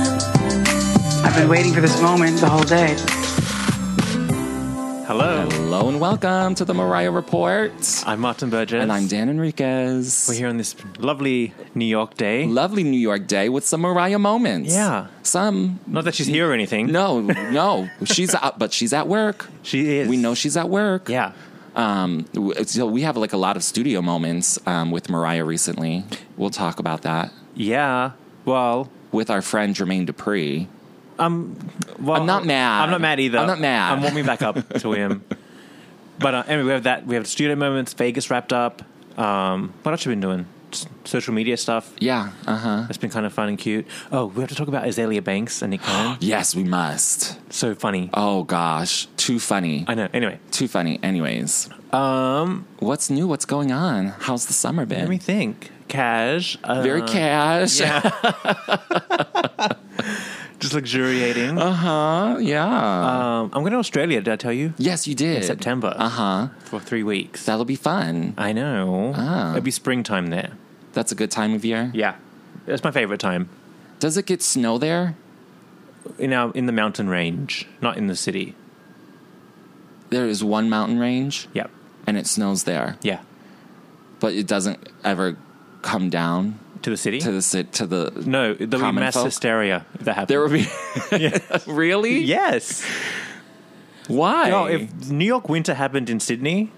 I've been waiting for this moment the whole day. Hello, Hello and welcome to the Mariah Report. I'm Martin Burgess. And I'm Dan Enriquez. We're here on this lovely New York day. Lovely New York day with some Mariah moments. Yeah. Some. Not that she's here or anything. No, no. she's out, but she's at work. She is. We know she's at work. Yeah. Um, w- so we have like a lot of studio moments um, with Mariah recently. We'll talk about that Yeah. Well, with our friend Jermaine Dupree. well, I'm not mad. I'm not mad either. I'm not mad. I'm warming back up to him. But uh, anyway, we have that. We have studio moments. Vegas wrapped up. Um, what else have we been doing? Just social media stuff. Yeah. Uh huh. That's been kind of fun and cute. Oh, we have to talk about Azalea Banks and Nick Cannon. Yes, we must. so funny. Oh gosh, too funny. I know. Anyway, Too funny. Anyways. Um. What's new? What's going on? How's the summer been? let me think. Cash. Uh, Very cash. Yeah. Just luxuriating. Uh, yeah. Um, I'm going to Australia. Did I tell you? yes, you did. In September. Uh huh. For three weeks. That'll be fun. I know. Ah. It'll be springtime there. That's a good time of year. Yeah. That's my favorite time. Does it get snow there? In our in the mountain range, not in the city. There is one mountain range Yep. and it snows there, Yeah. but it doesn't ever come down To the city? to the cit to the. no, there'll be Common mass folk? hysteria if that happens. There will be really yes. Why? No, if New York winter happened in Sydney,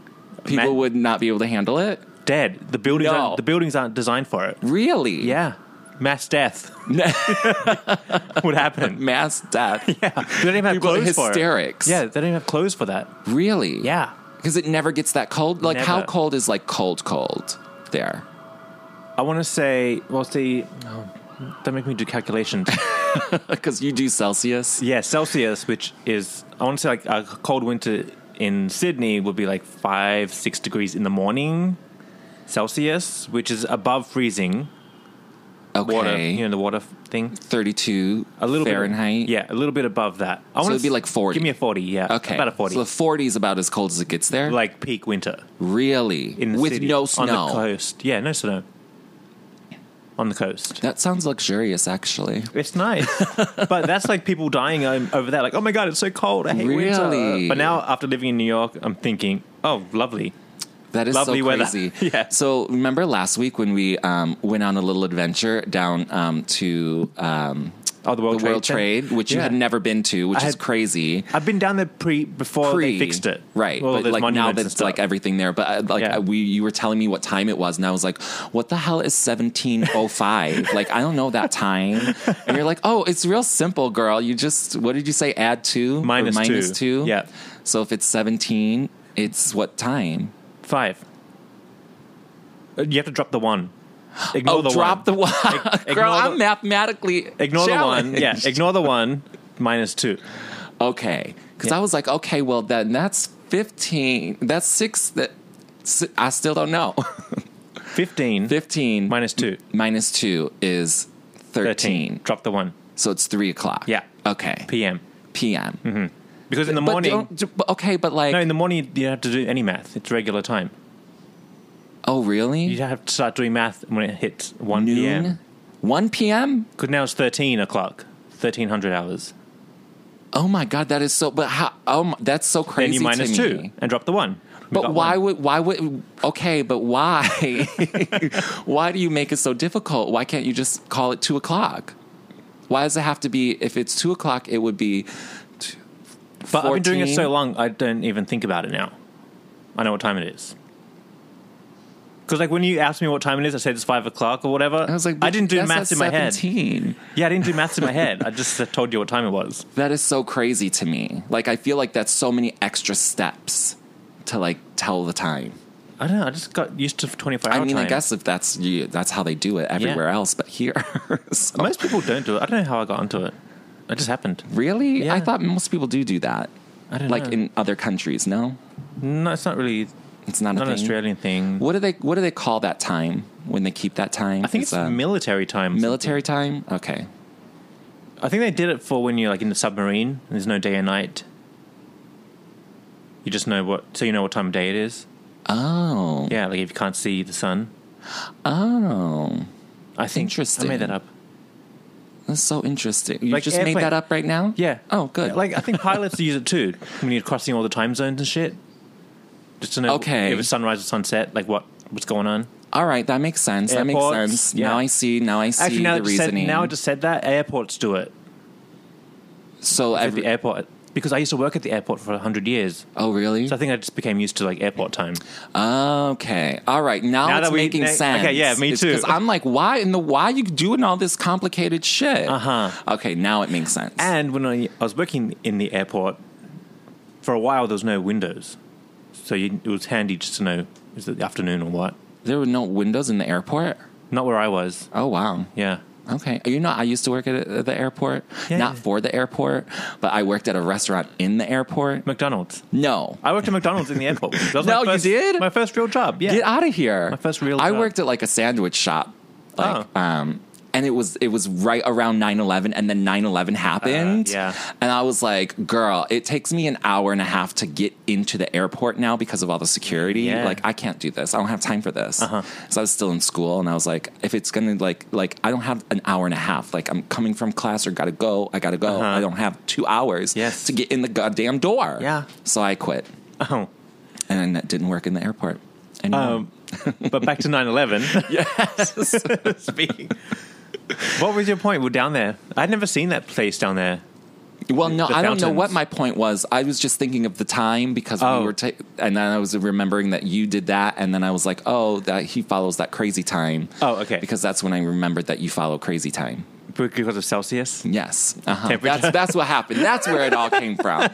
people Ma- would not be able to handle it. dead. The buildings No. aren't, the buildings aren't designed for it. Really? Yeah. Mass death would happen. Mass death. Yeah. They don't even have People are clothes for it. hysterics. Yeah, they don't even have clothes for that. Really? Yeah. Because it never gets that cold. Like how Never. cold is like cold cold there? I want to say, well, see, oh, don't make me do calculations. Because you do Celsius. yeah, Celsius, which is, I want to say, like a cold winter in Sydney would be like five, six degrees in the morning Celsius, which is above freezing Okay. water, you know, the water f- thing. 32 A little Fahrenheit. Bit, yeah, a little bit above that. I wanna it'd be s- like 40. Give me a 40, yeah. Okay. About a 40. So the 40 is about as cold as it gets there. like peak winter really? in the With city, no On the snow. coast. Yeah, no snow. On the coast. That sounds luxurious, actually. It's nice, but that's like people dying um, over there. Like, oh my god, it's so cold. I hate Really? winter. But now, after living in New York, I'm thinking, oh, lovely. That is Lovely so weather. crazy. Yeah. So remember last week when we um, went on a little adventure down um, to um, Oh, the the World Trade. World Center. Trade, which you Yeah. had never been to, which I is had- crazy. I've been down there pre before Pre they fixed it. right? Well, but there's like now monuments and that's stuff. like everything there. But uh, like Yeah. uh, we, you were telling me what time it was, and I was like, "What the hell is seventeen oh five? Like I don't know that time." And you're like, "Oh, it's real simple, girl. You just what did you say? Add two or Minus two. minus two. Yeah. So if it's seventeen, it's what time? five. Uh, You have to drop the one. Ignore oh, the drop one. the one, Ig- ignore girl. the- I'm mathematically Ignore the one. Yeah, challenged. ignore the one. Minus two. okay. Because I was like, okay, well then that's fifteen. That's six. That si- I still don't know. 15 Fifteen minus two. minus two is 13. 13. Drop the one. So it's three o'clock. Yeah. Okay. PM. PM. Because in the But morning. don't, d- but okay, but like, No, in the morning, you don't have to do any math. It's regular time. oh, really? You have to start doing math when it hits 1 Noon? p.m. 1 p.m.? Because now it's 13 o'clock, 1300 hours. Oh, Oh my god, that is so. But how? Oh, my, that's so crazy. Then you minus to me. two and drop the one. We But got why one. would why would okay? But why? why do you make it so difficult? Why can't you just call it two o'clock? Why does it have to be? If it's two o'clock, it would be. Two, But I've been doing it 14? so long, I don't even think about it now. I know what time it is. Because like when you asked me what time it is, I said it's five o'clock or whatever. I was like, I didn't do that's maths at in my head. 17. Yeah, I didn't do maths in my head. I just told you what time it was. That is so crazy to me. Like I feel like that's so many extra steps to like tell the time. I don't know. I just got used to twenty four hour I mean, time. I guess if that's you, that's how they do it everywhere else, but here. So- most people don't do it. I don't know how I got onto it. It just happened. really? Yeah. I thought most people do do that. I don't like know. in other countries, no? No, it's not really. It's not, Not a an thing. Australian thing. What do they What do they call that time when they keep that time? I think it's, uh, military time. military time. Okay, I think they did it for when you're like in the submarine and there's no day and night. You just know what, so you know what time of day it is. Oh. Yeah, like if you can't see the sun. Oh. I think Interesting. I made that up. That's so interesting. You Like just made airplane- that up right now? Yeah. Oh, good. Like I think pilots use it too when you're crossing all the time zones and shit. Just to know Okay. if it's sunrise or sunset, like what what's going on. All right, that makes sense. That Airports, makes sense. yeah. Now I see. Now I see now the I just said, reasoning. now I just said that airports do it so at the every. airport because I used to work at the airport for hundred years. Oh really? So I think I just became used to like airport time. Okay. All right. Now, Now it's that we- making now- sense. okay, yeah, me It's too. 'cause I'm like, why in the why are you doing all this complicated shit? Uh Uh-huh. Okay, now it makes sense. And when I, I was working in the airport, for a while there was no windows, so you, it was handy just to know is it the afternoon or what. there were no windows in the airport. Not where I was. Oh wow. Yeah. Okay. You know, I used to work at uh, the airport, Yeah. not for the airport, but I worked at a restaurant in the airport. McDonald's. No. I worked at McDonald's in the airport. That was No, my you first, did? My first real job. Yeah. Get out of here. My first real I job. worked at like a sandwich shop. Like Oh. um and it was it was right around 9-11 and then 9-11 happened Uh, yeah. and i was like girl it takes me an hour and a half to get into the airport now because of all the security Yeah. Uh-huh. like i can't do this i don't have time for this so i was still in school and i was like if it's gonna like like i don't have an hour and a half like i'm coming from class or gotta go i gotta go i don't have two hours Uh-huh. Yes. to get in the goddamn door Yeah. so i quit Oh. and it didn't work in the airport anymore. Um, but back to 9 11. yes Speaking. What was your point? We're down there. I'd never seen that place down there. Well, no, the I don't know what fountains. my point was. I was just thinking of the time because Oh. we were, ta- and then I was remembering that you did that, and then I was like, oh, that he follows that crazy time. Oh, okay. Because that's when I remembered that you follow crazy time. Because of Celsius? Yes, uh-huh. Temperature. that's that's what happened. That's where it all came from.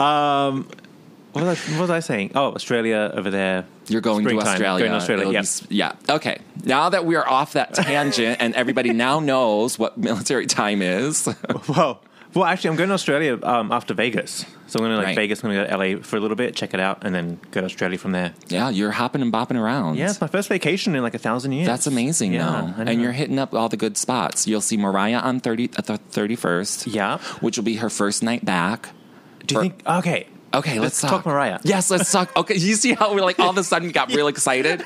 What was I, what was I saying? Oh, Australia over there. You're going to Springtime. Australia. Going to Australia, It'll be yeah. s- yeah. Okay. Now that we are off that tangent, and everybody now knows what military time is. Well, well, actually, I'm going to Australia um, after Vegas. So I'm going to like Right. Vegas. I'm going to go to LA for a little bit, check it out, and then go to Australia from there. yeah, you're hopping and bopping around. Yeah, it's my first vacation in like a thousand years. That's amazing, Yeah, I though. know. And you're hitting up all the good spots. You'll see Mariah on 30, uh, the 31st. Yeah. Which will be her first night back. Do you think? Okay. Okay, let's, Let's talk Mariah. Yes, let's talk. Okay, you see how we like all of a sudden got real excited?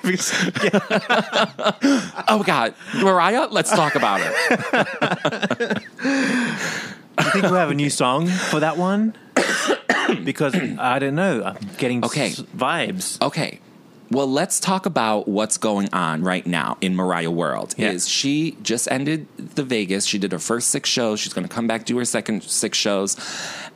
oh, God. Mariah, let's talk about it. I think we'll have a new song for that one because I don't know. I'm getting Okay. s- vibes. Okay. Well, let's talk about what's going on right now in Mariah World. Yeah. Is she just ended the Vegas? She did her first six shows. She's going to come back do her second six shows,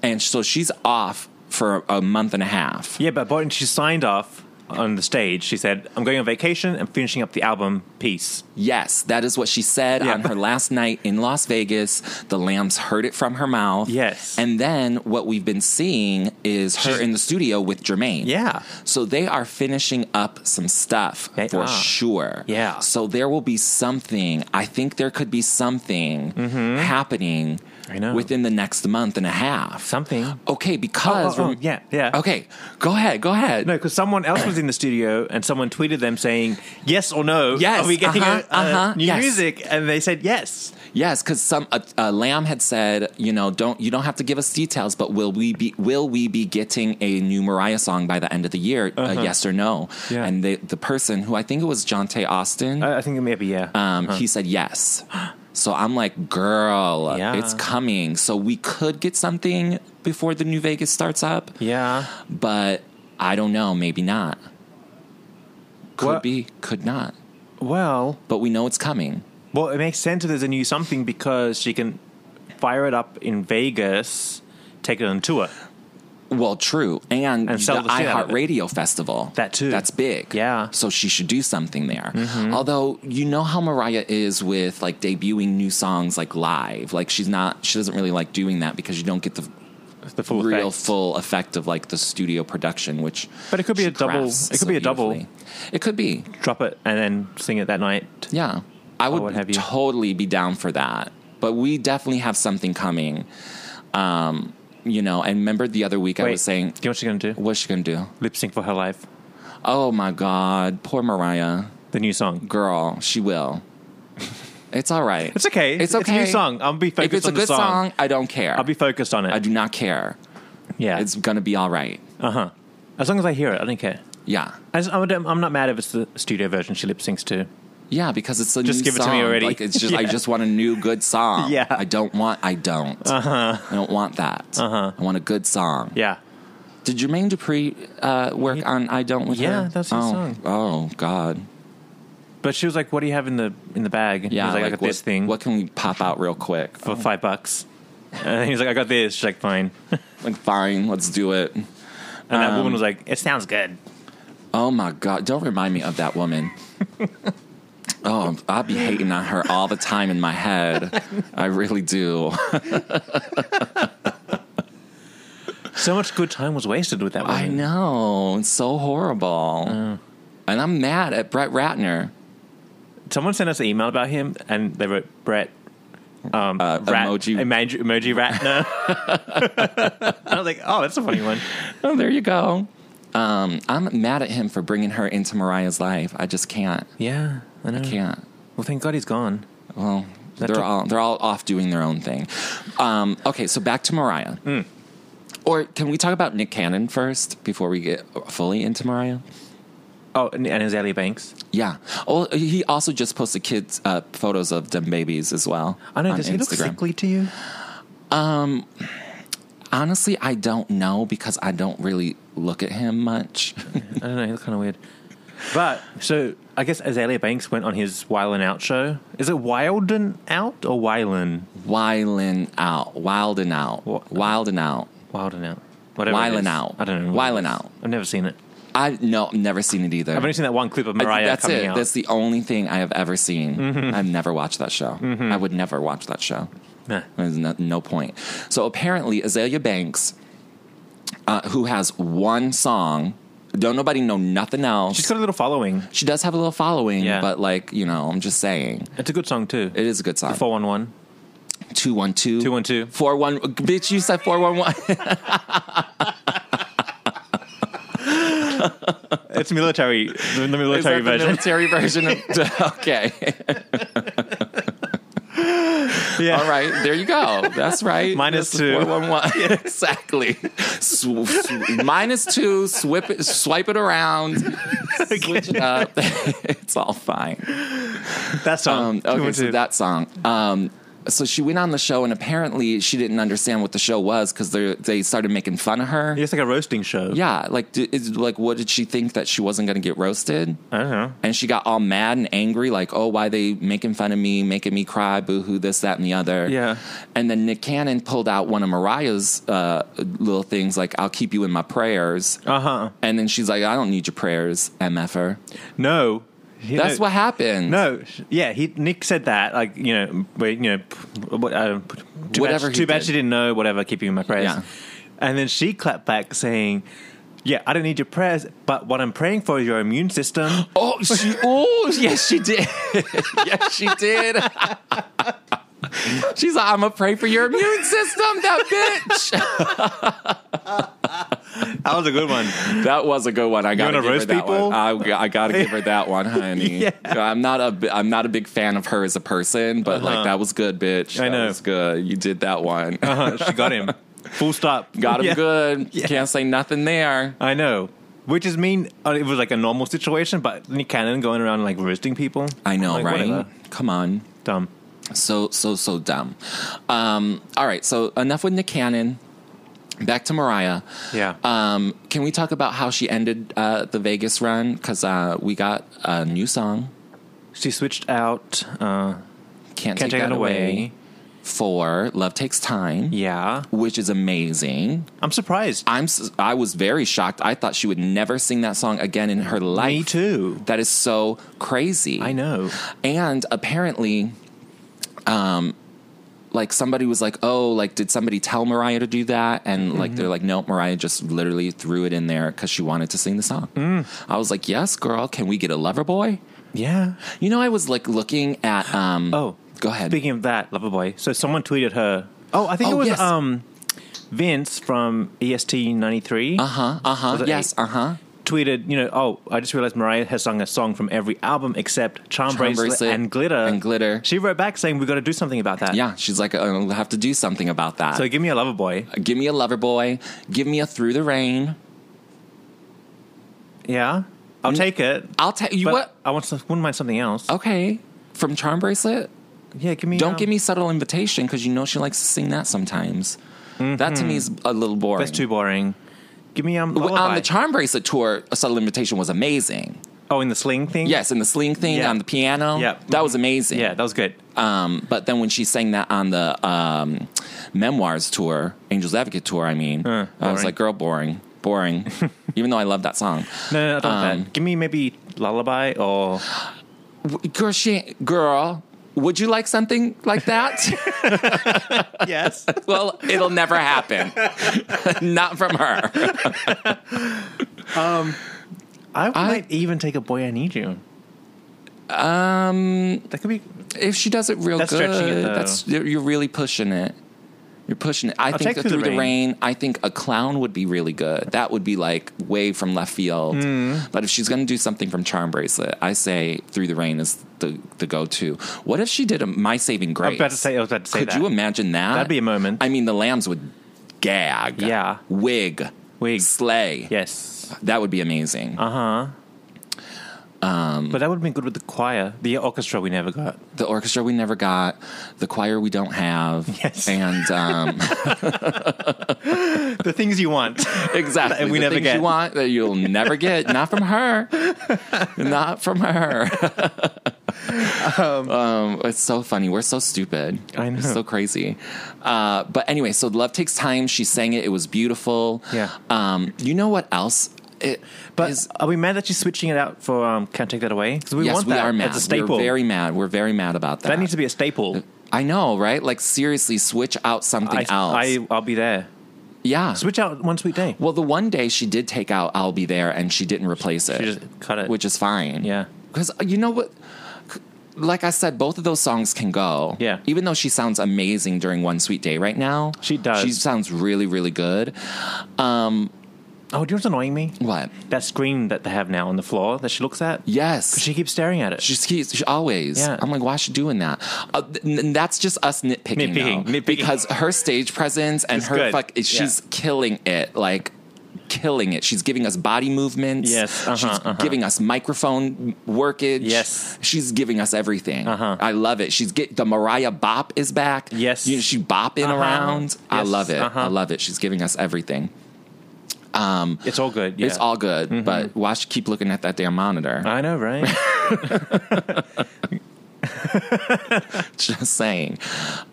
and so she's off for a month and a half. Yeah, but when she signed off on the stage, she said, "I'm going on vacation and finishing up the album. Peace." Yes, that is what she said Yeah. on her last night in Las Vegas. The Lambs heard it from her mouth. Yes. And then what we've been seeing is her in the studio with Jermaine. Yeah. So they are finishing up some stuff They for are. sure. Yeah. So there will be something. I think there could be something happening Mm-hmm. I know. within the next month and a half. Something. Okay, because. oh, yeah, yeah. Okay, go ahead, go ahead. No, because someone else was in the studio and someone tweeted them saying, "Yes or no? Yes, are we getting uh-huh, a, a uh-huh, new yes. music?" And they said yes. Yes, because some uh, uh, Lamb had said, you know, don't you don't have to give us details, but will we be will we be getting a new Mariah song by the end of the year? uh yes or no? Uh-huh. Yeah. Uh, And the the person who I think it was Jonte Austin, Uh, I, I think maybe yeah. um, he said yes. So I'm like, girl, Yeah. it's coming. So we could get something before the new Vegas starts up, Yeah. but I don't know. Maybe not. Could What- be, could not. Well, But we know it's coming. well, it makes sense if there's a new something because she can fire it up in Vegas, take it on tour. Well, true, and, And sell the the shit out of it. iHeartRadio Festival. That too. That's big. Yeah. Mm-hmm. So she should do something there. Although you know how Mariah is with like debuting new songs like live. Like she's not. She doesn't really like doing that because you don't get the The full real effect. full effect of like the studio production. Which, But it could be she a double- crafts it could so be a double. beautifully. It could be. Drop it and then sing it that night. Yeah. I would what have you. totally be down for that. But we definitely have something coming. Um, you know, and remember the other week I was saying, do you know what she's gonna do? what's she going to do? Lip sync for her life. Oh my God, poor Mariah. The new song. Girl, she will. It's all right. It's okay. It's It's a okay. new song. I'll be If focused it's a on the good song. song. I don't care. I'll be focused on it. I do not care. yeah. It's gonna be all right. Uh huh. As long as I hear it, I don't care. Yeah, I just, I'm, I'm not mad if it's the studio version she lip syncs to. yeah. Because it's a Just new give it to me song. already. Like it's just I Yeah. just want a new good song. Yeah. Uh-huh. I don't want. I don't. Uh huh. I don't want that. Uh huh. I want a good song. Yeah. Did Jermaine Dupri uh, work on I Don't with Yeah, her? that's his oh. song. Oh God. But she was like, "What do you have in the in the bag?" Yeah. He's like, "I got what, this thing What can we pop out real quick? for five bucks." And he's like, "I got this." She's like, "Fine." And Like fine, let's do it. that woman was like, "It sounds good." Oh my God! Don't remind me of that woman. oh, I'll be hating on her all the time in my head. I really do. So much good time was wasted with that woman. I know. It's so horrible. And I'm mad at Brett Ratner. Someone sent us an email about him, and they wrote Brett. Um, rat, uh, emoji. emoji, emoji rat. No. I was like, "Oh, that's a funny one." Oh, there you go. Um, I'm mad at him for bringing her into Mariah's life. I just can't. Yeah, I know. Can't. Well, thank God he's gone. Well, That they're took- all they're all off doing their own thing. Um, okay, so back to Mariah. Or can we talk about Nick Cannon first before we get fully into Mariah? Oh, and, and Azalea Banks. Yeah. Oh, he also just posted kids uh, photos of them babies as well. I know. on Does he look Instagram. sickly to you? Honestly, I don't know because I don't really look at him much. I don't know. He looked kind of weird. But so I guess Azalea Banks went on his Wylan Out show. Is it Wilden Out or Wylan? Wildin' out, wildin' out, Wha- wildin' out. Wilden Out. Whatever. it Wylan is. Out. I don't know. what Wylan it is. Out. I've never seen it. I no, never seen it either. I've only seen that one clip of I- Mariah that's coming it. out. Mm-hmm. That's the only thing I have ever seen. I've never watched that show. I would never watch that show. Nah. There's no, no point. So apparently, Azalea Banks, uh, who has one song, don't nobody know nothing else. She's got a little following. she does have a little following, Yeah. but like you know, I'm just saying, It's a good song too. it is a good song. Four one one. Two one two. 212. Four one. Bitch, you said four one one. It's military. The, the Is that military the version. military version. of- okay. yeah. All right. There you go. That's right. Minus That's the two. 411. exactly. Sw- sw- minus two. Swip it, swipe it around. Switch it up. it's all fine. That song. Um, okay, so 212. that song. Um, so she went on the show, and apparently she didn't understand what the show was because they started making fun of her. It's like a roasting show. Yeah, like d- is, like what did she think that she wasn't going to get roasted? I don't know. And she got all mad and angry, like, "Oh, why they making fun of me, making me cry, boo hoo, this, that, and the other." Yeah. And then Nick Cannon pulled out one of Mariah's uh, little things, like, "I'll keep you in my prayers," Uh huh. and then she's like, "I don't need your prayers, mf'er." No. He- That's no. what happened. No, sh- yeah, he Nick said that. Like you know, we, you know, p- what, uh, p- too Whatever Bad, he too bad did. she didn't know. Whatever, keeping in my prayers. Yeah. And then she clapped back, saying, "Yeah, I don't need your prayers, but what I'm praying for is your immune system." Oh, she, oh, yes, she did. yes, she did. She's like, I'm gonna pray for your immune system, that bitch. that was a good one. That was a good one. I gotta wanna give her roast that people? one. I, I gotta give her that one, honey. Yeah. I'm not a bi- I'm not a big fan of her as a person, but like Uh-huh. that was good, bitch. I That know. was good. You did that one. Uh, she got him. Full stop. Got him Yeah. good. Can't say nothing there. I know. Which is mean. uh, It was like a normal situation, but Nick Cannon going around like roasting people. I know, Like, right? whatever. Come on. Dumb. So so so dumb. Um, all right, so enough with Nick Cannon. Back to Mariah. Yeah. Um, can we talk about how she ended uh, the Vegas run? Because uh, we got a new song. She switched out. Uh, Can't, Can't take, that away. For Love Takes Time. Yeah, Which is amazing. I'm surprised. I'm s- I was very shocked. I thought she would never sing that song again in her life. Me too. That is so crazy. I know. And apparently, um, like somebody was like, "Oh, like did somebody tell Mariah to do that?" And Mm-hmm. like they're like, "No, Mariah just literally threw it in there because she wanted to sing the song." Mm. I was like, "Yes, girl. Can we get a lover boy?" Yeah. You know, I was like looking at. Um, Oh, go ahead. Speaking of that, Loverboy. So someone tweeted her. Oh, I think Oh, it was yes. um, Vince from EST ninety three. uh huh. Uh huh. Was it Yes. eight? Uh huh. tweeted, you know, oh, I just realized Mariah has sung a song from every album except Charm, Charm Bracelet, Bracelet and Glitter. and Glitter. She wrote back saying, we got to do something about that. Yeah. She's like, I'll have to do something about that. So give me a lover boy. give me a lover boy. Give me a through the rain. Yeah. I'll take it. I'll tell mm. you But what. I want some, wouldn't mind something else. Okay. From Charm Bracelet, Yeah, give me. Don't um, give me subtle invitation because you know she likes to sing that sometimes. That to me is a little boring. Mm-hmm. That's too boring. Give me um. W- on Lullaby. the Charm Bracelet tour, a subtle invitation was amazing. oh, in the sling thing. Yes, and the sling thing Yeah. on the piano, Yeah. that was amazing. Yeah, that was good. Um, but then when she sang that on the um, Memoirs tour, Angels Advocate tour, I mean, Uh, I was boring. like, girl, boring, boring. Even though I love that song, No, no, no, I don't want um, that. Give me maybe lullaby or W- girl, she ain't- girl. Would you like something like that? yes. well, it'll never happen. Not from her. I, might even take a boy I need you. Um, that could be. if she does it real That's good, stretching it, though. that's you're you're really pushing it. You're pushing it. I take think that Through through, the the rain. Rain. I think a clown would be really good. That would be like way from left field. Hmm. But if she's going to do something from Charm Bracelet, I say through the rain is the the go to. What if she did a My Saving Grace? I was about to say. I was about to say Could that. you imagine that? That'd be a moment. I mean, the lambs would gag. Yeah. wig, Wig. Uh-huh. slay. Yes, That would be amazing. but that would have been good with the choir, the orchestra. We never got. the orchestra we never got, the choir we don't have, Yes. and um, The things you want. Exactly. That we The never things get. You want that you'll never get. Not from her. Not from her. Um, it's so funny. We're so stupid. I know. It's so crazy. Uh, but anyway, so love takes time. She sang it. It was beautiful. Yeah. Um, you know what else? It But is- are we mad that she's switching it out for um, Can't Take That Away? Because we yes, want we that are mad. as a staple. We're very mad. We're very mad about that. that needs to be a staple. I know, right? Like seriously, switch out something I, else. I, I'll be there. yeah. Switch out One Sweet Day. Well, the one day she did take out "I'll Be There" and she didn't replace it. just cut it. which is fine. Yeah. because uh, you know what? C- Like I said, both of those songs can go. Yeah. Even though she sounds amazing during "One Sweet Day" right now, She does. She sounds really, really good. Oh, do you know what's annoying me? What? That screen that they have now on the floor that she looks at. Yes. She keeps staring at it. She's keeps she always. Yeah. I'm like, why is she doing that? Uh, th- n- and that's just us nitpicking, Nitpicking, though. nitpicking. because her stage presence and It's her good. fuck, Yeah. she's killing it, like killing it. She's giving us body movements. Yes, uh-huh, she's uh-huh. giving us microphone workage. Yes. Uh-huh. she's giving us everything. I love it. She's get the Mariah Bop is back. Yes. you know, she bopping Uh-huh. around. I Yes, love it. uh-huh. I love it. She's giving us everything. it's all good. Yeah. Mm-hmm. It's all good, but why should keep looking at that damn monitor? I know, right? Just saying.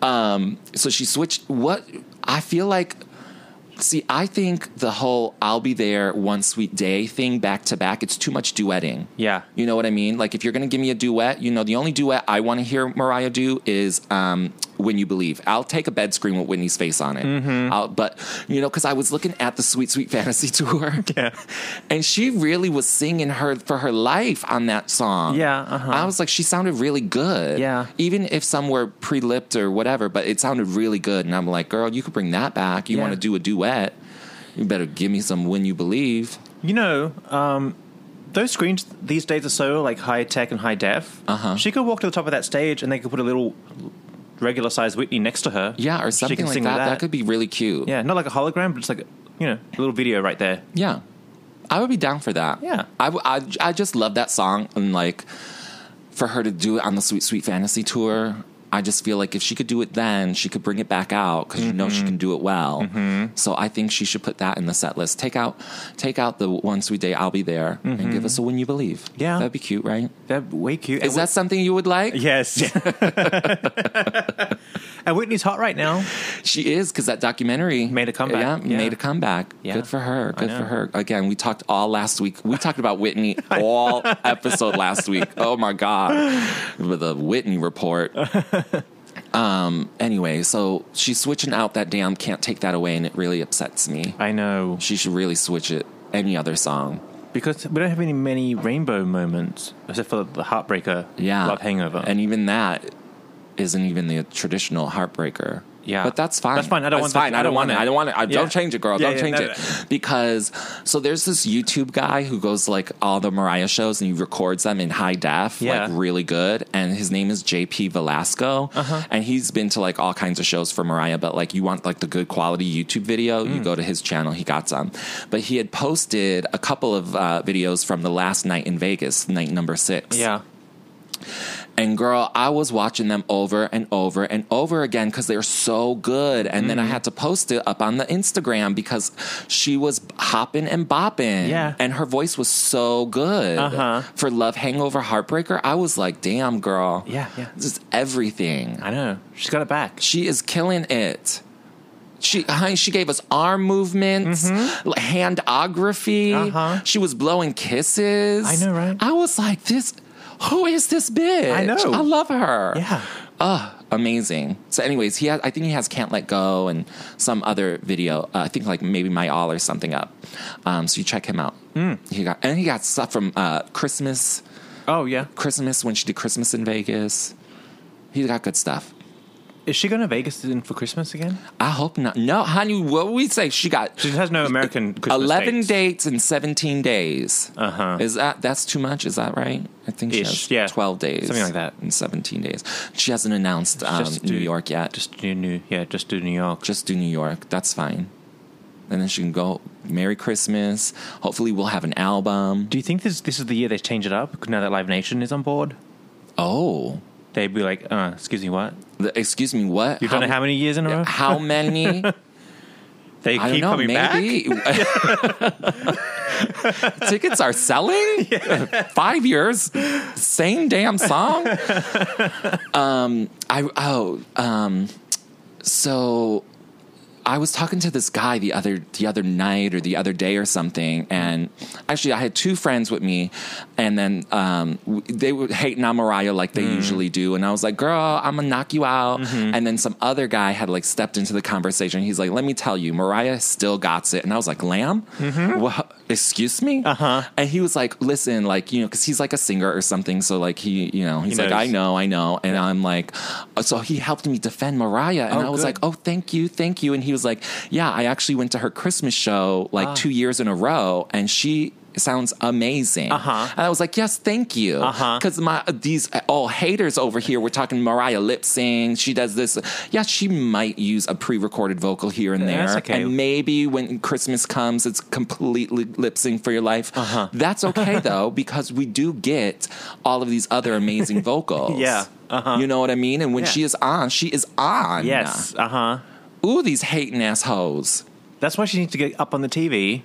Um, so she switched. What I feel like. See, I think the whole "I'll be there one sweet day" thing back to back. It's too much duetting. Yeah. you know what I mean. Like if you're gonna give me a duet, you know the only duet I want to hear Mariah do is um, "When You Believe." I'll take a bed screen with Whitney's face on it. Mm-hmm. I'll, but you know, because I was looking at the Sweet Sweet Fantasy tour, Yeah. and she really was singing her for her life on that song. Yeah, uh-huh. I was like, she sounded really good. Yeah. Even if some were pre lipped or whatever, but it sounded really good. And I'm like, girl, you could bring that back. You Yeah. want to do a duet? You better give me some when you believe. you know, um, those screens these days are so like high tech and high def. Uh-huh. She could walk to the top of that stage and they could put a little regular sized Whitney next to her. Yeah, or She something can like sing that. with That could be really cute. yeah, not like a hologram, but it's like you know, a little video right there. Yeah. I would be down for that. Yeah. I, w- I, I just love that song. And like for her to do it on the Sweet Sweet Fantasy tour, I just feel like if she could do it then, she could bring it back out because you know Mm-hmm. she can do it well. So I think she should put that in the set list. Take out, take out the one sweet day I'll be there, and give us a when you believe. Mm-hmm. Yeah. that'd be cute, right? That way cute. Is And that something you would like? Whit- yes? and Whitney's hot right now. She is because that documentary Made a comeback. Yeah, Yeah. made a comeback. Yeah. Good for her. I Good for know. her. Again, we talked all last week. We talked about Whitney all episode last week. Oh my god, with the Whitney report. Um. Anyway, so she's switching out that damn "Can't Take That Away" and it really upsets me. I know She should really switch it. Any other song? because we don't have any many rainbow moments except for the heartbreaker. Yeah, love hangover. and even that isn't even the traditional heartbreaker. Yeah. but that's fine. That's fine. I don't want That's that- fine. I don't want it. I don't want it. I Yeah. don't change it, girl. Yeah, don't yeah, change no, it no, because so there's this YouTube guy who goes to, like all the Mariah shows and he records them in high def, Yeah. like really good. And his name is JP Velasco, Uh-huh. and he's been to like all kinds of shows for Mariah. But like you want like the good quality YouTube video, Mm. you go to his channel. He got some, but he had posted a couple of uh, videos from the last night in Vegas, night number six. yeah, And girl, I was watching them over and over and over again because they're so good. And Mm-hmm. then I had to post it up on the Instagram because she was hopping and bopping. Yeah. And her voice was so good. Uh-huh. For Love Hangover Heartbreaker, I was like, damn, girl. Yeah, yeah. This is everything. I know she's got it back. She is killing it. She honey, she gave us arm movements, l- handography. Mm-hmm. Uh-huh. She was blowing kisses. I know, right? I was like, this. Who is this bitch? I know. I love her. Yeah. Oh, amazing. So, anyways, he has, I think he has "Can't Let Go" and some other video. Uh, I think like maybe "My All" or something up. Um, so you check him out. Mm. He got and he got stuff from uh, Christmas. Oh yeah, Christmas when she did Christmas in Vegas. He got good stuff. is she going to Vegas in for Christmas again? I hope not. No, honey, what we say? She got She has no American Christmas. eleven dates. Uh-huh. dates in seventeen days. Uh huh. Is that that's too much? Is that right? I think she Ish, has yeah. twelve days, Something like that. in seventeen days. She hasn't announced um, Just New do- York yet. Just, Just do New, yeah, just do New York. do New York. That's fine. And then she can go. Merry Christmas. Hopefully, we'll have an album. Do you think this this is the year they change it up? Now that Live Nation is on board, Oh, they'd be like, uh, "Excuse me, what? the, excuse me. What? You've done it how many years in a row? How many? They I keep don't know. coming back. Maybe tickets are selling. Five years, same damn song. um, I oh um, so I was talking to this guy the other the other night or the other day or something, and actually I had two friends with me, and then um, w- they were hating on Mariah like Mm. they usually do, and I was like, "Girl, I'm gonna knock you out." Mm-hmm. And then some other guy had like stepped into the conversation. He's like, "Let me tell you, Mariah still got it," and I was like, "Lamb, Mm-hmm. Wha- excuse me," uh-huh. and he was like, "Listen, like you know, because he's like a singer or something, so like he, you know, he's He like, knows. I know, I know," and I'm like, uh, so he helped me defend Mariah, and Oh, I was good. like, "Oh, thank you, thank you. And he was like, yeah, I actually went to her Christmas show Ah. like two years in a row, and she sounds amazing. Uh-huh. And I was like, yes, thank you. Uh-huh. Because my these uh, all haters over here, we're talking Mariah lip sync. She does this. Yeah, she might use a pre-recorded vocal here and there, That's okay. and maybe when Christmas comes, it's completely lip sync for your life. Uh-huh. That's okay though, because we do get all of these other amazing vocals. Yeah. Uh-huh. You know what I mean? And when Yeah. she is on, she is on. Yes, uh huh. Ooh, these hating ass hoes. That's why she needs to get up on the TV.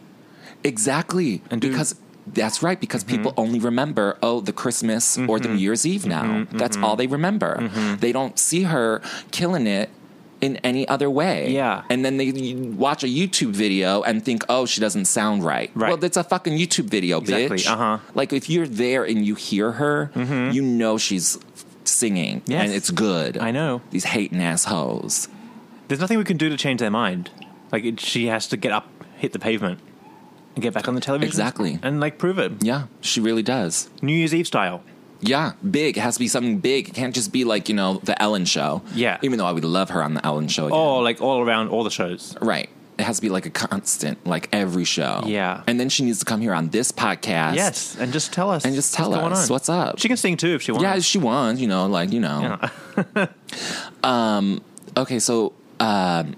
Exactly. And Mm-hmm. do- because that's right, because people only remember, oh, the Christmas or Mm-hmm. the New Year's Eve now. That's all they remember. They don't see her killing it in any other way. Yeah. And then they you watch a YouTube video and think, oh, she doesn't sound right. Right. Well, that's a fucking YouTube video, Exactly, bitch. uh-huh. Mm-hmm. Like if you're there and you hear her, you know she's singing Yes. and it's good. I know. These hating ass hoes. There's nothing we can do to change their mind. Like it, she has to get up, hit the pavement, and get back on the television. Exactly. and like prove it, Yeah, she really does. New Year's Eve style. Yeah, big. It has to be something big. It can't just be like, you know, the Ellen show. Yeah. Even though I would love her on the Ellen show. Again. Or like all around all the shows. Right. It has to be like a constant, like every show. Yeah. And then she needs to come here on this podcast. Yes, and just tell us And just tell what's going us on. what's up. She can sing too if she wants. Yeah, if she wants, you know, like, you know. Okay, so um,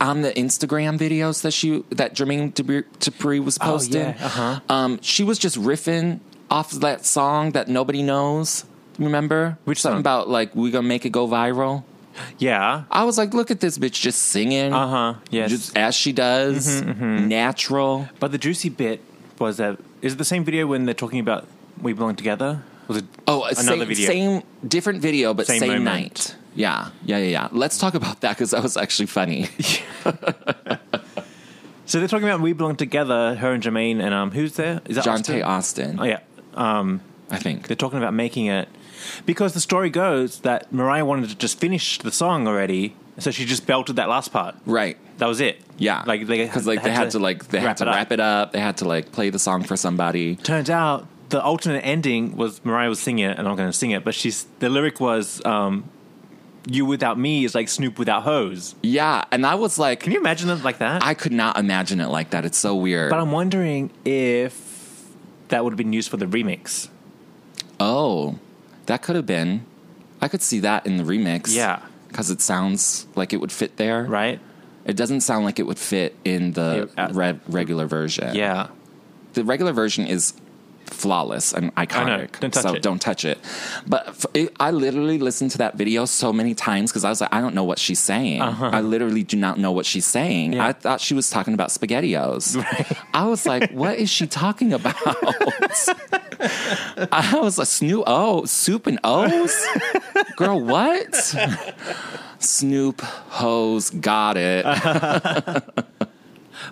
on the Instagram videos that she that Jermaine Dupri, Dupri was posting, yeah, Oh, uh-huh. um, she was just riffing off that song that nobody knows. Remember? Which Something song? about like we gonna make it go viral. Yeah. I was like, look at this bitch just singing. Uh huh. Yes. Mm-hmm, Just as she does, natural. but the juicy bit was that is it the same video when they're talking about we belong together? Was it? Oh, another same, video. same, different video, but Same same, moment. night. Yeah, yeah, yeah, yeah. Let's talk about that because that was actually funny. So they're talking about we belong together. Her and Jermaine and um, who's there? Is that John Austin? Tay Austin, Oh yeah. I think. They're talking about making it because the story goes that Mariah wanted to just finish the song already, so she just belted that last part. Right. That was it. Yeah, Like they because like they had to, like they had to wrap it up. They had to like play the song for somebody. Turns out the alternate ending was Mariah was singing it, and I'm going to sing it, but she's the lyric was um, "You without me is like Snoop without hose." Yeah, and I was like, Can you imagine it like that? I could not imagine it like that. It's so weird. but I'm wondering if that would have been used for the remix. oh, that could have been. I could see that in the remix. Yeah. because it sounds like it would fit there. Right? It doesn't sound like it would fit in the Yeah, uh, re- regular version. Yeah. the regular version is flawless and iconic. Don't touch so it. don't touch it. But f- it, I literally listened to that video so many times because I was like, I don't know what she's saying. I literally do not know what she's saying. Uh-huh. Yeah. I thought she was talking about spaghettios. I was like, what is she talking about? I was like, Snoop, oh, soup and O's? Girl, what? Snoop, hoes, got it.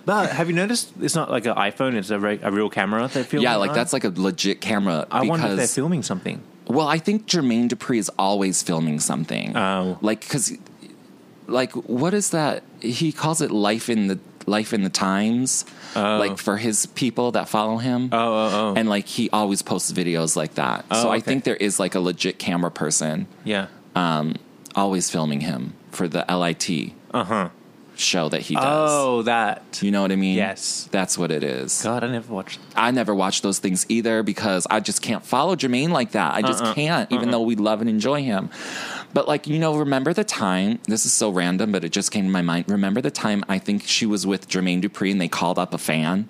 But have you noticed it's not like an iPhone, it's a, re- a real camera they film? yeah, like that's like a legit camera. I wonder if they're because- filming something. Well, I think Jermaine Dupri is always filming something. Oh. Like because like what is that? He calls it life in the life in the times. Like for his people that follow him. Oh, oh, oh. And like he always posts videos like that. Oh, so I okay. think there is like a legit camera person Yeah. always filming him for the LIT Uh huh. show that he does. Oh, that. You know what I mean? Yes. That's what it is. God, I never watched. I never watch those things either because I just can't follow Jermaine like that. I Uh-uh. just can't, even though we love and enjoy him. But like, you know, remember the time, this is so random, but it just came to my mind. Remember the time I think she was with Jermaine Dupree and they called up a fan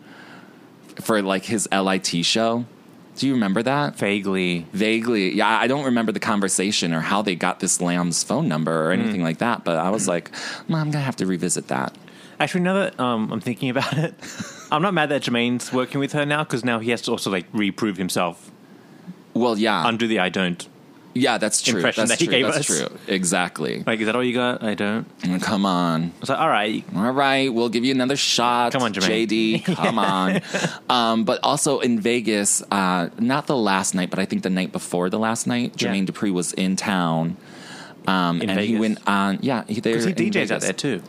for like his LIT show? Do you remember that? Vaguely. Vaguely. Yeah, I don't remember the conversation or how they got this lamb's phone number or Mm. anything like that, but I was like, "Mom, I'm going to have to revisit that. Actually, now that um, I'm thinking about it, I'm not mad that Jermaine's working with her now because now he has to also like reprove himself, Well, yeah. undo the I don't. yeah, that's true. impression That's that he true. gave that's us. true. Exactly. Like, is that all you got? I don't. Come on. It's like, all right, All right, we'll give you another shot. Come on, Jermaine. JD. Come on. Um, but also in Vegas, uh, not the last night, but I think the night before the last night, Yeah. Jermaine Dupree was in town. Um, In and he Vegas? went on. Yeah, he, they because he were in DJs out Vegas. there too,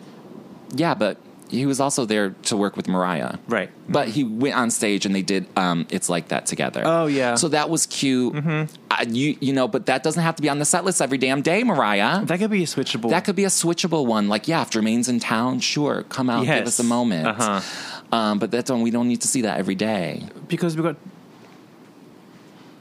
Yeah, but he was also there to work with Mariah. right? But he went on stage and they did um, "It's Like That" together. Oh, yeah. Mm-hmm. so that was cute. Uh, you you know, but that doesn't have to be on the set list every damn day, Mariah. That could be a switchable. That could be a switchable one. Like, yeah, if Jermaine's in town, sure, come out, Yes. give us a moment. Uh-huh. Um, but that don't we don't need to see that every day. because we got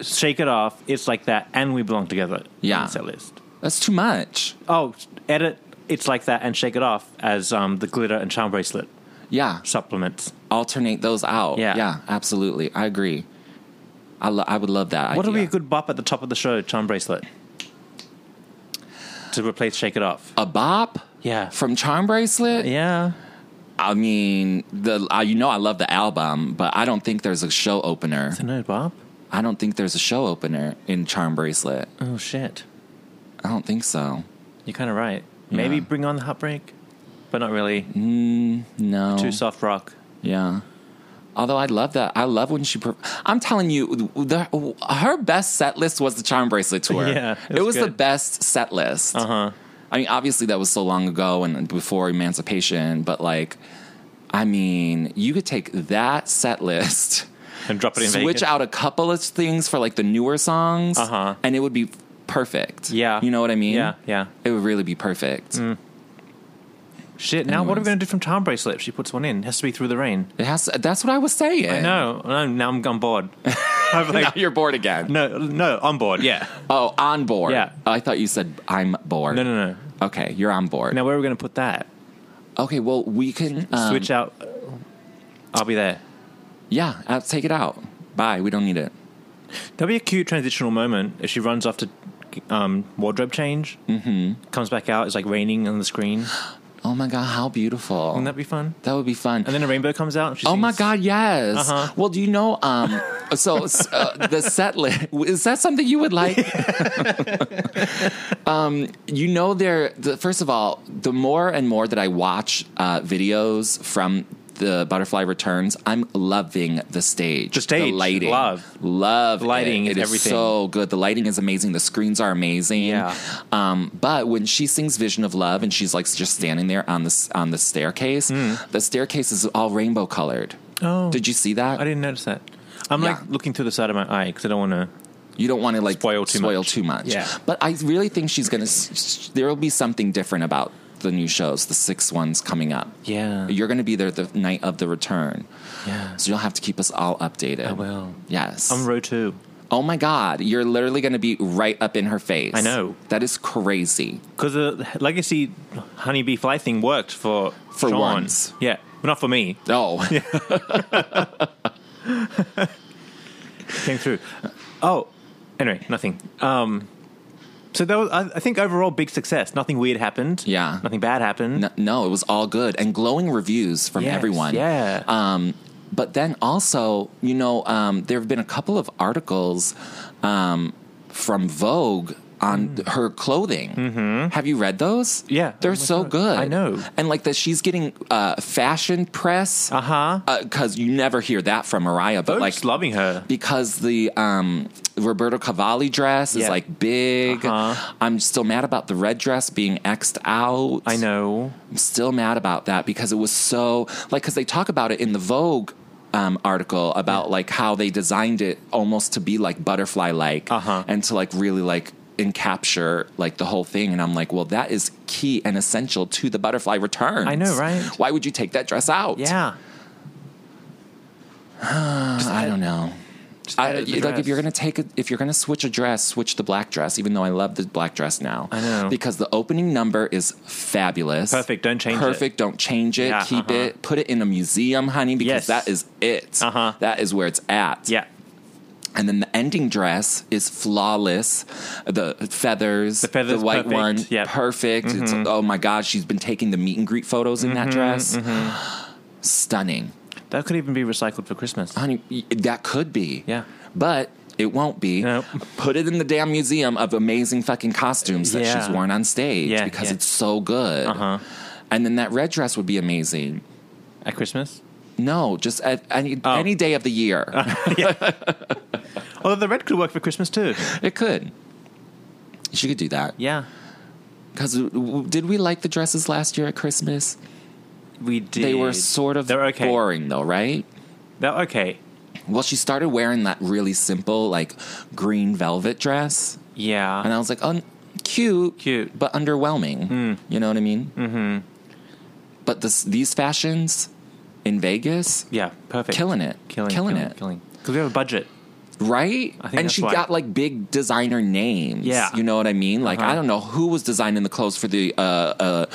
shake it off. It's like that, and we belong together. Yeah. on the set list. That's too much. Oh, edit. It's like that, and shake it off as um, the glitter and charm bracelet Yeah, supplements. alternate those out. Yeah. yeah, absolutely. I agree. I lo- I would love that. What would idea. be a good bop at the top of the show? Charm bracelet to replace shake it off. a bop? Yeah. from Charm Bracelet. Yeah. I mean the uh, you know I love the album, but I don't think there's a show opener. No, Bob. I don't think there's a show opener in Charm Bracelet. Oh shit. I don't think so. You're kind of right. Maybe Yeah. bring on the heartbreak, but not really. No, Too soft rock. Yeah. Although I love that. I love when she. Per- I'm telling you, the, her best set list was the Charm Bracelet tour. Yeah, It it was was, the good. Uh-huh. best set list. Uh huh. I mean, obviously, that was so long ago and before Emancipation, but like, I mean, you could take that set list, And drop it in switch Vegas. out a couple of things for like the newer songs, Uh-huh. and it would be perfect. Yeah. You know what I mean? Yeah, yeah. Mm. It would really be perfect. Shit. Now what are we Anyways. gonna do from Charm Bracelet? If she puts one in, has to be through the rain. It has. that's what I was saying. I know. No, now I'm on board. I'm Now like, you're bored again. no, no, on board. Yeah. Oh, on board. Yeah. I thought you said I'm bored. No, no, no. Okay, you're on board. Now where are we gonna put that? Okay, well we can um, Switch out. I'll be there. Yeah, uh, take it out. Bye. We don't need it. That'd be a cute transitional moment if she runs off to um, wardrobe change, mm-hmm. comes back out, it's like raining on the screen. Oh my god, how beautiful! Wouldn't that be fun? That would be fun. And then a rainbow comes out. And she Oh my sings- God! Yes. Uh-huh. Well, do you know? Um, so s- uh, the set list is that something you would like? um, you know, there. The, first of all, the more and more that I watch uh, videos from the Butterfly Returns, I'm loving the stage, The stage, lighting, love. love, The lighting It, is it everything. so good. The lighting is amazing. The screens are amazing. Yeah. Um, but when she sings "Vision of Love" and she's like just standing there on the on the staircase, the staircase is all rainbow colored. Hmm. Oh. did you see that? I didn't notice that. I'm Yeah. like looking through the side of my eye because I don't want to. you don't want to like Spoil too much. Yeah. But I really think she's gonna. s- s- There will be something different about the new shows, the six ones coming up. Yeah. You're going to be there the night of the return, Yeah. so you'll have to keep us all updated. I will. Yes. I'm row two. oh my God, you're literally going to be right up in her face. I know. That is crazy. Because the legacy honeybee fly thing worked for For Sean. once. Yeah, but not for me. Oh, Came through. Oh, anyway, nothing. Um, so that was, I, I think overall big success. Nothing weird happened. Yeah. nothing bad happened. N- No, it was all good and glowing reviews from Yes, everyone. yeah. Um, but then also, you know, um, there have been a couple of articles um, from Vogue on her clothing. Mm-hmm. Have you read those? Mm. Yeah. They're Oh my so God. good. I know. And like that, she's getting uh, fashion press. Uh-huh. Because you never hear that from Mariah, but Folks like loving her. because the um, Roberto Cavalli dress is Yeah. like big. Uh-huh. I'm still mad about the red dress being xed out. I know. I'm still mad about that because it was so like because they talk about it in the Vogue um, article about like how they designed it almost to be like butterfly like Uh-huh. and to like really like and capture like the whole thing and I'm like well that is key and essential to the butterfly return I know, right? why would you take that dress out Yeah, I don't know I, edit the like if dress. you're gonna take a, if you're gonna switch a dress, switch the black dress. Even though I love the black dress now, I know. because the opening number is fabulous. Perfect, don't change it. Perfect. Don't change it. Yeah, Keep uh-huh. it. Put it in a museum, honey, Yes. because that is it. Uh-huh. That is where it's at. yeah. And then the ending dress is flawless. The feathers, the, feathers, white perfect. one, Yep. Mm-hmm. perfect. It's, oh my God, she's been taking the meet and greet photos in that dress. mm-hmm. Stunning That could even be recycled for Christmas. honey, y- that could be. Yeah. But it won't be. No. Put it in the damn museum of amazing fucking costumes that Yeah. she's worn on stage Yeah, because yeah. it's so good. Uh-huh. And then that red dress would be amazing. At Christmas, No, just at any, Oh. Uh-huh. any day of the year. although the red could work for Christmas too. It could. She could do that. Yeah, Because did we like the dresses last year at Christmas? we did. They were sort of They're okay. boring, though, right? They're okay. Well, she started wearing that really simple, like green velvet dress. Yeah, And I was like, oh, cute, Cute. Hmm. but underwhelming. You know what I mean? Mm-hmm. But this, these fashions in Vegas, yeah, perfect. killing it, killing, killing it. killing. Because we have a budget. right? I think and that's she why. got like big designer names. Yeah. Uh-huh. you know what I mean? Like I don't know who was designing the clothes for the uh, uh,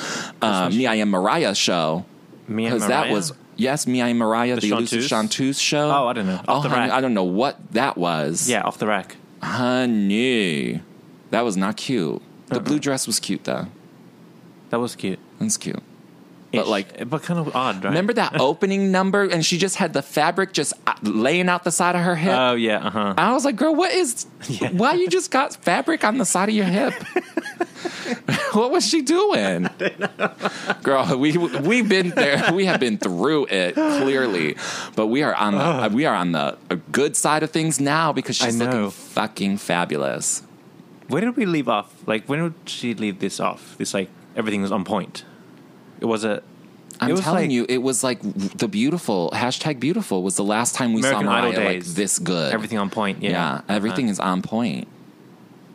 uh, Me I Am Mariah show Me and because that Mariah? was. Yes, Me I Am Mariah, the, elusive Chanteuse? Chanteuse show. Oh, I don't know. Oh, Off the honey, rack. I don't know what that was. yeah off the rack. honey, that was not cute. Uh-uh. The blue dress was cute though. That was cute, That's cute. But, like- but kind of odd, right? Remember that opening number, and she just had the fabric just uh, laying out the side of her hip. Oh yeah, uh huh. I was like, "Girl, what is? Yeah. Why you just got fabric on the side of your hip? what was she doing, girl? We we've been there. We have been through it clearly, but we are on the we are on the good side of things now because I she's know. looking fucking fabulous. Where did we leave off? Like when would she leave this off? This like everything was on point. It was a. I'm it was telling like- you, it was like the beautiful hashtag beautiful was the last time we American saw Idol Mariah like days. this good. everything on point. Yeah, Uh, Yeah, everything is on point.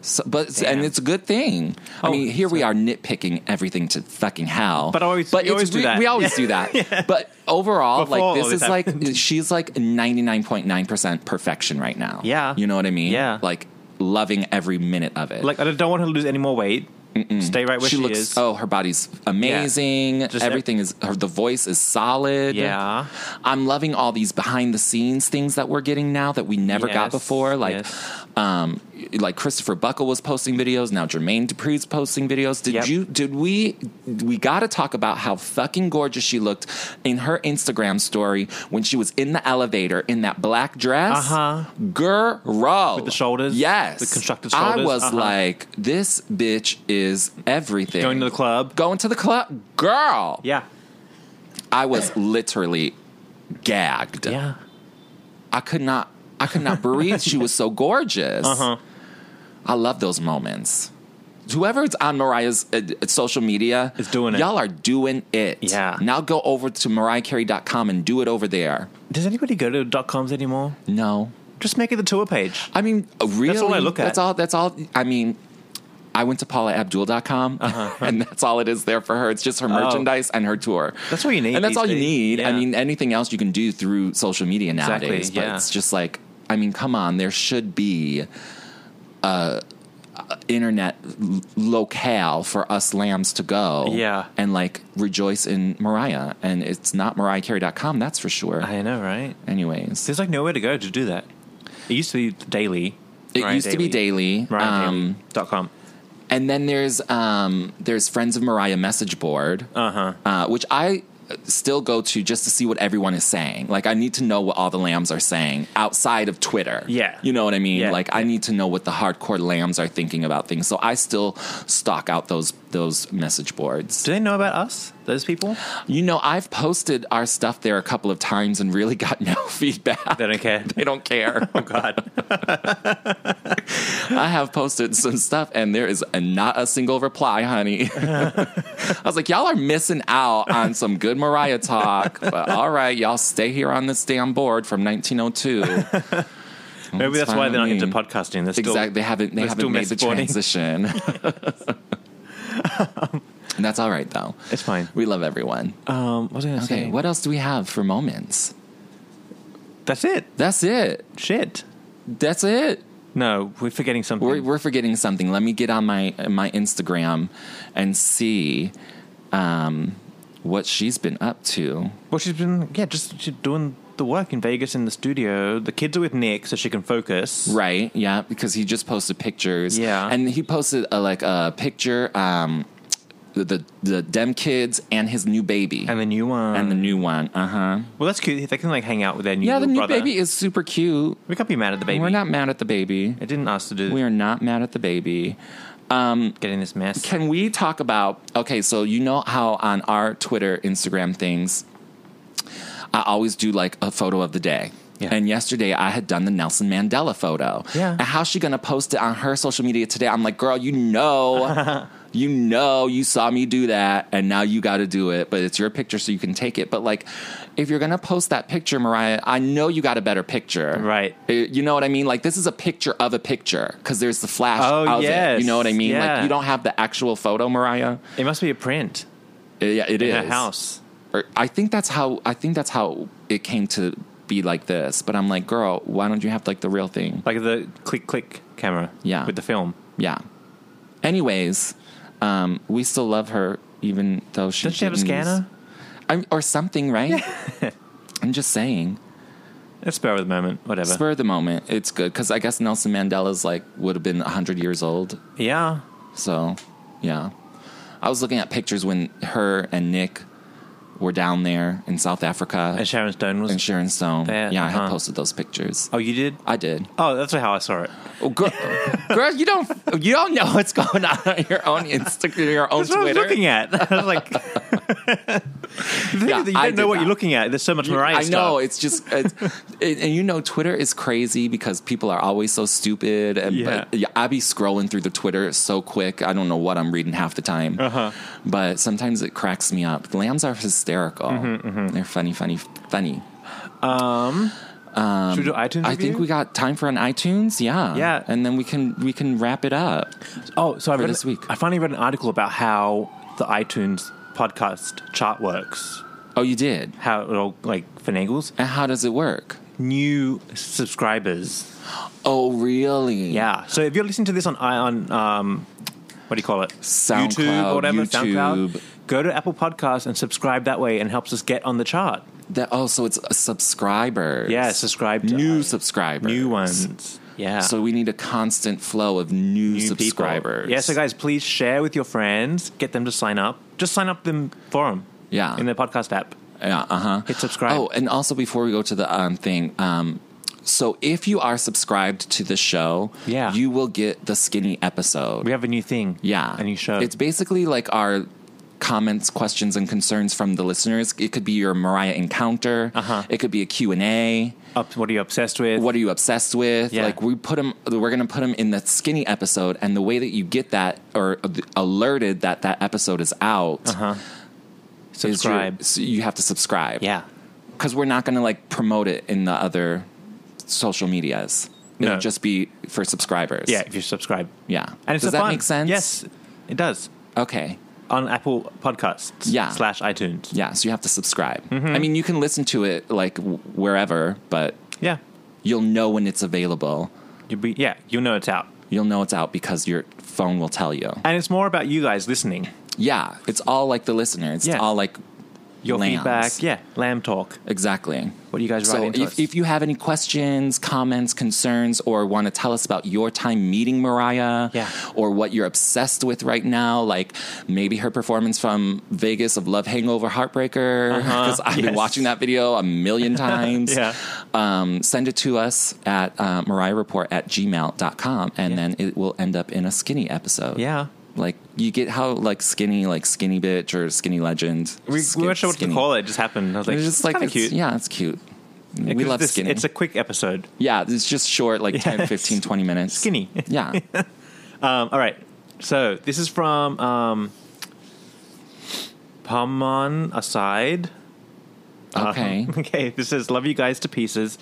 So, but Damn. and it's a good thing. I Oh, mean, here we are nitpicking everything to fucking hell. But always- we it's- always do we, that. we always do that. But overall, Before all like this this is like she's like ninety nine point nine percent perfection right now. Yeah. you know what I mean. Yeah. like loving every minute of it. Like I don't want her to lose any more weight. Stay right where she, she looks. is. Oh, her body's amazing. Just ev- Everything is. Her, the voice is solid. Yeah. I'm loving all these behind the scenes things that we're getting now that we never got Yes, before. Like, yes. um, like Christopher Buckle was posting videos. Now Jermaine Dupri's posting videos. Did Yep. you? Did we? We got to talk about how fucking gorgeous she looked in her Instagram story when she was in the elevator in that black dress. Uh-huh. Girl, with the shoulders? Yes, The constructed I shoulders? was Uh-huh. like, this bitch is everything. Going to the club. Going to the club, girl. Yeah. I was literally gagged. Yeah. I could not I could not breathe. she was so gorgeous. Uh-huh. I love those moments. Whoever's on Mariah's uh, uh, social media Is doing it. Y'all are doing it. Yeah. Now go over to mariahcarey.com and do it over there. Does anybody go to dot coms anymore? No. Just make it the tour page. I mean, really? all I look at. That's all. That's all. I mean, I went to paulaabdul.com, Uh-huh, and that's all it is there for her. It's just her merchandise and her tour. Oh. That's what you need And that's these all you days. need. I Yeah. mean, anything else you can do through social media Exactly, nowadays. But yeah. it's just like, I mean, come on. There should be a, a internet l- locale for us lambs to go. Yeah. And like rejoice in Mariah. And it's not mariahcarey.com, that's for sure. I know, right? Anyways. There's like nowhere to go to do that. It used to be daily. It used to be daily. Right. Um, dot com. And then there's um, there's Friends of Mariah message board, Uh-huh. uh, which I still go to just to see what everyone is saying. Like I need to know what all the lambs are saying outside of Twitter. Yeah. you know what I mean. Yeah. Like I need to know what the hardcore lambs are thinking about things. So I still stalk out those those message boards. Do they know about us? Those people? You know, I've posted our stuff there a couple of times and really got no feedback. They don't care. They don't care. oh God. I have posted some stuff and there is a- not a single reply, honey. I was like, y'all are missing out on some good Mariah talk, but all right, y'all stay here on this damn board from 1902. Maybe that's fine why with they're not into me. podcasting. They're still exactly. They haven't. They they're still haven't made the messaging. transition. And that's all right though. It's fine. We love everyone. Um, what was I going to Okay, say? what else do we have for moments? That's it. That's it. Shit. That's it. No, we're forgetting something. We're, we're forgetting something. Let me get on my my Instagram and see um, what she's been up to. well, she's been yeah, just she's doing the work in Vegas in the studio. The kids are with Nick, so she can focus. Right? Yeah, because he just posted pictures. Yeah. and he posted a, like a picture. Um, the, the the dem kids and his new baby And the new one. And the new one. Uh huh. well, that's cute. They can like hang out with their new Yeah, the new brother. baby is super cute. We can't be mad at the baby. We're not mad at the baby. It didn't ask to do We are not mad at the baby. getting this mess. Can we talk about okay, so you know how on our Twitter, Instagram things, I always do like a photo of the day. Yeah. And yesterday I had done the Nelson Mandela photo. Yeah. And how's she gonna post it on her social media today? I'm like, girl, you know, you know, you saw me do that, and now you gotta do it, but it's your picture so you can take it. But like, if you're gonna post that picture, Mariah, I know you got a better picture. Right. Uh, You know what I mean? Like, this is a picture of a picture, because there's the flash Oh, of it. yes. You know what I mean? Like, Yeah. you don't have the actual photo, Mariah. It must be a print Uh, Yeah, it is in her house. Or- I think that's how I think that's how it came to be like this. But I'm like, girl, why don't you have like the real thing? Like the click click camera. Yeah. With the film. Yeah. Anyways, um, we still love her, even though she Doesn't she have a didn't use- scanner? I'm, or something, right? I'm just saying. It's spur of the moment. Whatever. Spur of the moment, it's good because I guess Nelson Mandela's like would have been hundred years old. Yeah. So, yeah. I was looking at pictures when her and Nick were down there in South Africa And Sharon Stone was. and Sharon Stone. Yeah, yeah, I had uh-huh. posted those pictures. oh, you did. I did. Oh, that's how I saw it. Oh, girl, girl, you don't you don't know what's going on on your own Instagram, your own That's what I was Twitter. looking at. I was like, the thing Yeah, is that you I don't know did what that. you're looking at. There's so much Mariah I stuff. know it's just, it's, and and you know, Twitter is crazy because people are always so stupid. And Yeah. but, yeah, I be scrolling through the Twitter so quick, I don't know what I'm reading half the time. Uh-huh. But sometimes it cracks me up. Lambs are hysterical. Mm-hmm, They're funny, funny, funny. Should we do Um, iTunes? I think review? we got time for an iTunes. Yeah, Yeah. and then we can we can wrap it up. Oh, so I read this week. I finally read an article about how the iTunes podcast chart works. Oh, you did. How it all like finagles And how does it work? new subscribers. Oh, really? Yeah. So if you're listening to this on i- on um, what do you call it? SoundCloud, YouTube or whatever. YouTube. SoundCloud. Go to Apple Podcasts and subscribe that way, and helps us get on the chart. That also it's a subscribers. Yeah, subscribe to new us. subscribers. New ones. Yeah. So we need a constant flow of new, New people. subscribers. Yeah. So guys, please share with your friends. Get them to sign up. Just sign up them for them. Yeah. In the podcast app. Yeah, uh huh. Hit subscribe. Oh, and also before we go to the um, thing, um, so if you are subscribed to the show, Yeah. you will get the skinny episode. We have a new thing. yeah, A new show. It's basically like our comments, questions, and concerns from the listeners. It could be your Mariah encounter. Uh-huh. It could be a Q and A. Up, what are you obsessed with? What are you obsessed with? Yeah. Like we put them, we're gonna put them in the skinny episode, and the way that you get that or alerted that that episode is out. Uh-huh. is you- Subscribe. so you have to subscribe yeah. because we're not going to like promote it in the other social medias. It'll No. just be for subscribers. Yeah. If you subscribe. yeah. And it's a does that fun. make sense? Yes, it does. Okay. On Apple Podcasts. Yeah. Slash iTunes. Yeah. So you have to subscribe. Mm-hmm. I mean, you can listen to it like w- wherever, but Yeah. you'll know when it's available. You'll be yeah. You'll know it's out, You'll know it's out because your phone will tell you. and it's more about you guys listening. Yeah. It's all like the listener. It's Yeah. all like Your Lambs. feedback. Yeah. Lamb talk. exactly. What do you guys So writing to if, us? if you have any questions, comments, concerns, or want to tell us about your time meeting Mariah, Yeah. or what you're obsessed with right now, like maybe her performance from Vegas of Love Hangover Heartbreaker, because I've been Uh-huh. Yes. watching that video a million times. Yeah. um, send it to us at uh, MariahReport at gmail.com, and Yeah. then it will end up in a skinny episode. Yeah. Like you get how like skinny like skinny bitch or skinny legend. We, we weren't sure what Skinny. to call it. It just happened. I was like, It's just like kind of it's- cute. Yeah, it's cute. Yeah, we 'cause love this- skinny. It's a quick episode. yeah, it's just short, like ten, Yes. fifteen, twenty 10, 15, 20 Skinny. minutes. Yeah. Um, all right. So this is from um, Paman Aside. Okay. Um, okay. This says, "Love you guys to pieces."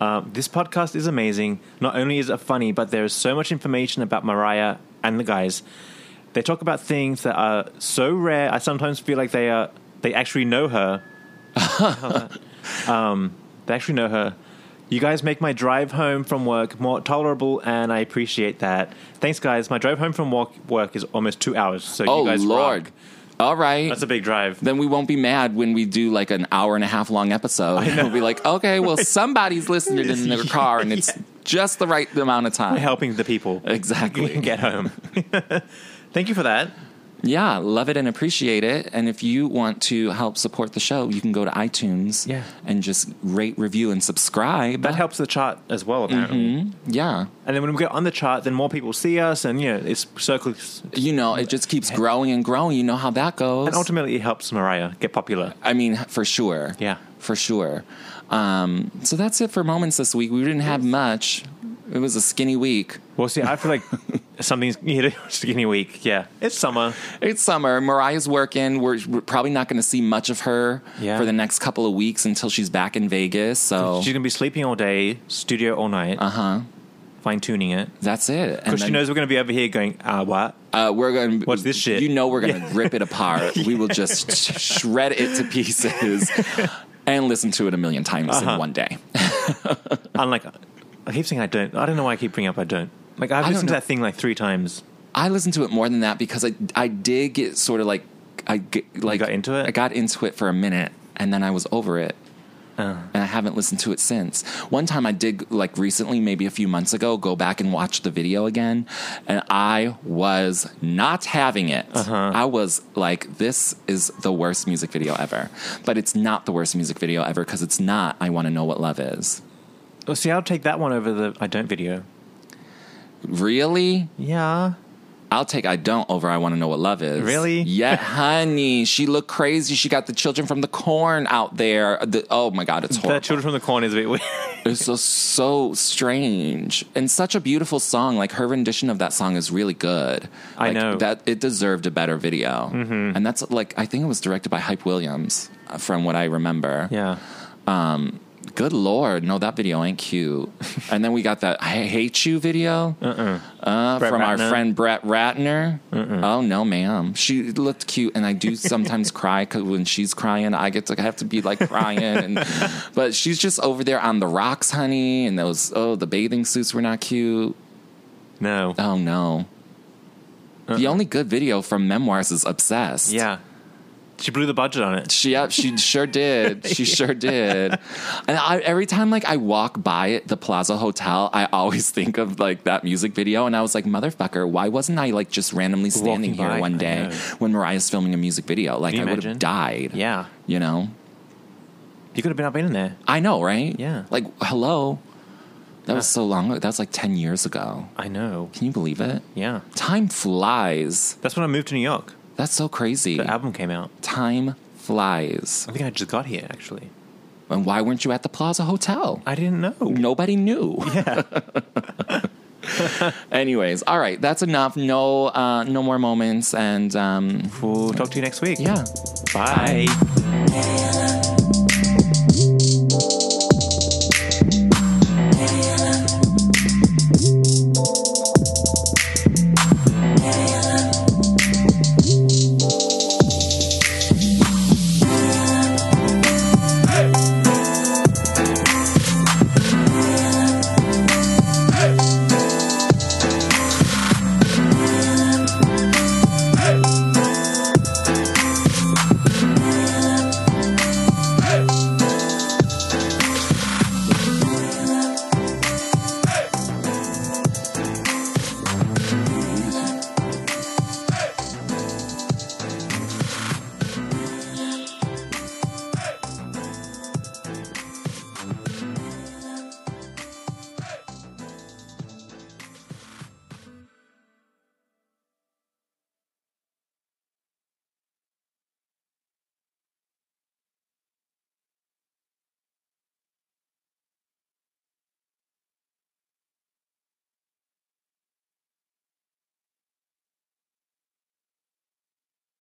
Um, this podcast is amazing. Not only is it funny, but there is so much information about Mariah and the guys. They talk about things that are so rare. I sometimes feel like they are they actually know her. um, they actually know her. You guys make my drive home from work more tolerable, and I appreciate that. Thanks, guys. My drive home from work work is almost two hours. So oh you guys Lord. rock. All right. that's a big drive. then we won't be mad when we do like an hour and a half long episode. We'll be like, okay, well, somebody's listening in their car, and it's just the right amount of time. helping the people Exactly. get home. Thank you for that. Yeah, love it and appreciate it. And if you want to help support the show, you can go to iTunes Yeah. and just rate, review, and subscribe. That helps the chart as well, Mm-hmm. apparently. Yeah. And then when we get on the chart, then more people see us, and you know, it's circles. You know, it just keeps growing and growing. You know how that goes. And ultimately, it helps Mariah get popular. I mean, for sure. Yeah. For sure. Um, so that's it for moments this week. We didn't have much. It was a skinny week. Well, see, I feel like something's you know, skinny week. Yeah, it's summer. It's summer. Mariah's working. We're, we're probably not going to see much of her Yeah. for the next couple of weeks until she's back in Vegas. So She's gonna be sleeping all day, studio all night. Uh huh. Fine tuning it that's it. Uh-huh. And because she then, knows we're gonna be over here going, ah, what? uh, we're going to What's this shit? You know we're going to rip it apart. We will just sh- shred it to pieces and listen to it a million times Uh-huh. in one day. I'm like, I keep saying I don't. I don't know why I keep bringing up I don't. Like I've I don't listened to know. that thing like three times. I listened to it more than that because I I did get sort of like I get, like got into it? I got into it for a minute and then I was over it. Uh. And I haven't listened to it since. One time I did, like recently, maybe a few months ago, go back and watch the video again, and I was not having it. Uh-huh. I was like, "This is the worst music video ever," but it's not the worst music video ever because it's not. I want to know what love is. Well, see, I'll take that one over the I don't video. Really, Yeah. I'll take I don't over I want to know what love is. Really? Yeah, honey. She looked crazy. She got the children from the corn out there. The, oh my god, it's The horrible. Children from the Corn is a bit weird. It's so so strange and such a beautiful song. Like her rendition of that song is really good. I Like, know. Mm-hmm. that it deserved a better video. And that's like I think it was directed by Hype Williams, uh, from what I remember. yeah. Um, good lord, no, that video ain't cute. and then we got that "I Hate You" video uh, Uh-uh. Brett from our Ratner. Uh-uh. friend Brett Ratner. Oh no, ma'am, she looked cute, and I do sometimes cry 'cause when she's crying, I get to I have to be like crying, and but she's just over there on the rocks, honey, and those oh the bathing suits were not cute. No. Oh no. The only good video from Memoirs is Obsessed. Uh-uh. Yeah. She blew the budget on it. She up, she sure did. She sure did. And I, every time like I walk by it, the Plaza Hotel, I always think of like that music video. And I was like, motherfucker, why wasn't I like just randomly standing Walking here by, I one know. day when Mariah's filming a music video? Like you I would imagine? have died. Yeah. You know? You could have been up in there. I know, right? Yeah. Like, hello. That was so long ago. That was like 10 years ago. I know. Can you believe it? Yeah. Time flies. That's when I moved to New York. That's so crazy. The album came out. Time flies. I think I just got here, actually. And why weren't you at the Plaza Hotel? I didn't know. Nobody knew. Yeah. Anyways, all right, that's enough. No, uh, no more moments, and um, We'll talk to you next week. yeah. Bye.